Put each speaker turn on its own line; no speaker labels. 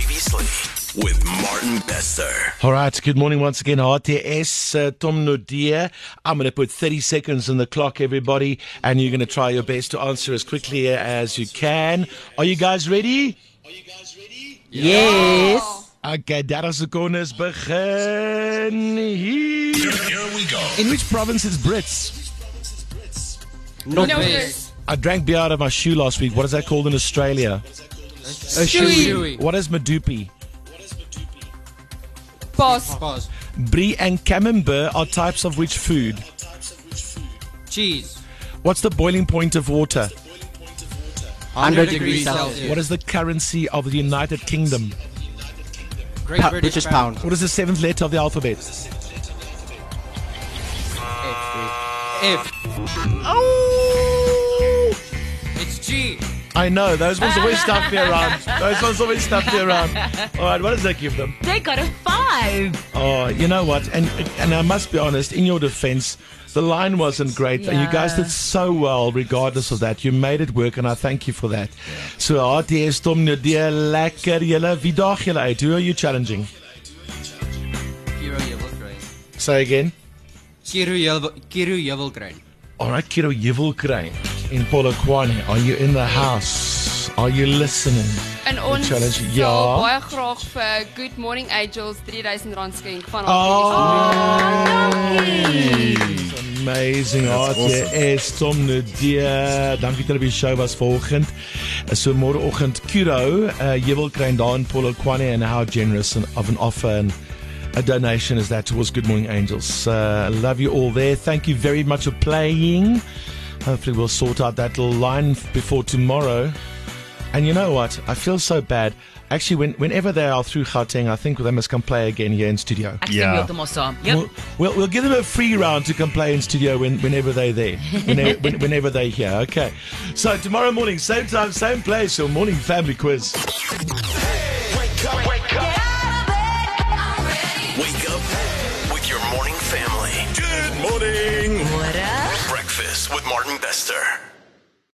Seriously with Martin Bester.
All right, good morning once again, RTS. Uh, Tom Nodia, I'm going to put 30 seconds on the clock, everybody, and you're going to try your best to answer as quickly uh, as you can. Are you guys ready?
Yes.
Okay, daar's die corners begin hier.
Here we go.
In which province is Brits?
Not
No,
this.
I drank beer out of my shoe last week. What is that called in Australia?
A shoey.
What is Madupi?
Pass.
Pass.
Brie and camembert are types of which food?
Cheese.
What's the boiling point of water?
100 degrees Celsius.
What is the currency of the United Kingdom?
Great
Pa-
British
British pound.
What is the seventh letter of the alphabet?
F. It's G.
I know, those ones always stuff me around. Those ones always stuff me around. All right, what does that give them?
They got a five.
Oh, you know what? And and I must be honest, in your defense, the line wasn't great. And you guys
Yeah.
did so well regardless of that. You made it work and I thank you for that. So RTS Tom Nadia lekker julle. Wie daag julle uit? Who are you challenging?
Kiru Yevelgrain.
Say again.
Kiru Yevel- Kiru Yevelgrain.
All right, kiddo, you will cry. In Polokwane, are you in the house? Are you listening?
En ons
challenge,
sal
ja.
baie graag vir Good Morning Angels R3000 skenk van
Ah.
Ah,
Amazing hart jy is Tom Nadia. Dankie dat julle by die show was vanoggend. So môreoggend Kuro, uh, jy wil kry daar in Polokwane and how generous an, of an offer and a donation is that towards Good Morning Angels. Uh, love you all there. Thank you very much for playing. Hopefully we'll sort out that little line f- before tomorrow. And you know what? I feel so bad. Actually, when, whenever they are through Gauteng, I think they must come play again here in studio.
Ek stem heeltemal saam. Yep.
We'll, we'll, we'll give them a free round to come play in studio when, whenever they're there, whenever, when, whenever they're here. Okay. So tomorrow morning, same time, same place, your morning family quiz.
Wake up with your morning family. Good morning.
Môre.
Breakfast with Martin Bester.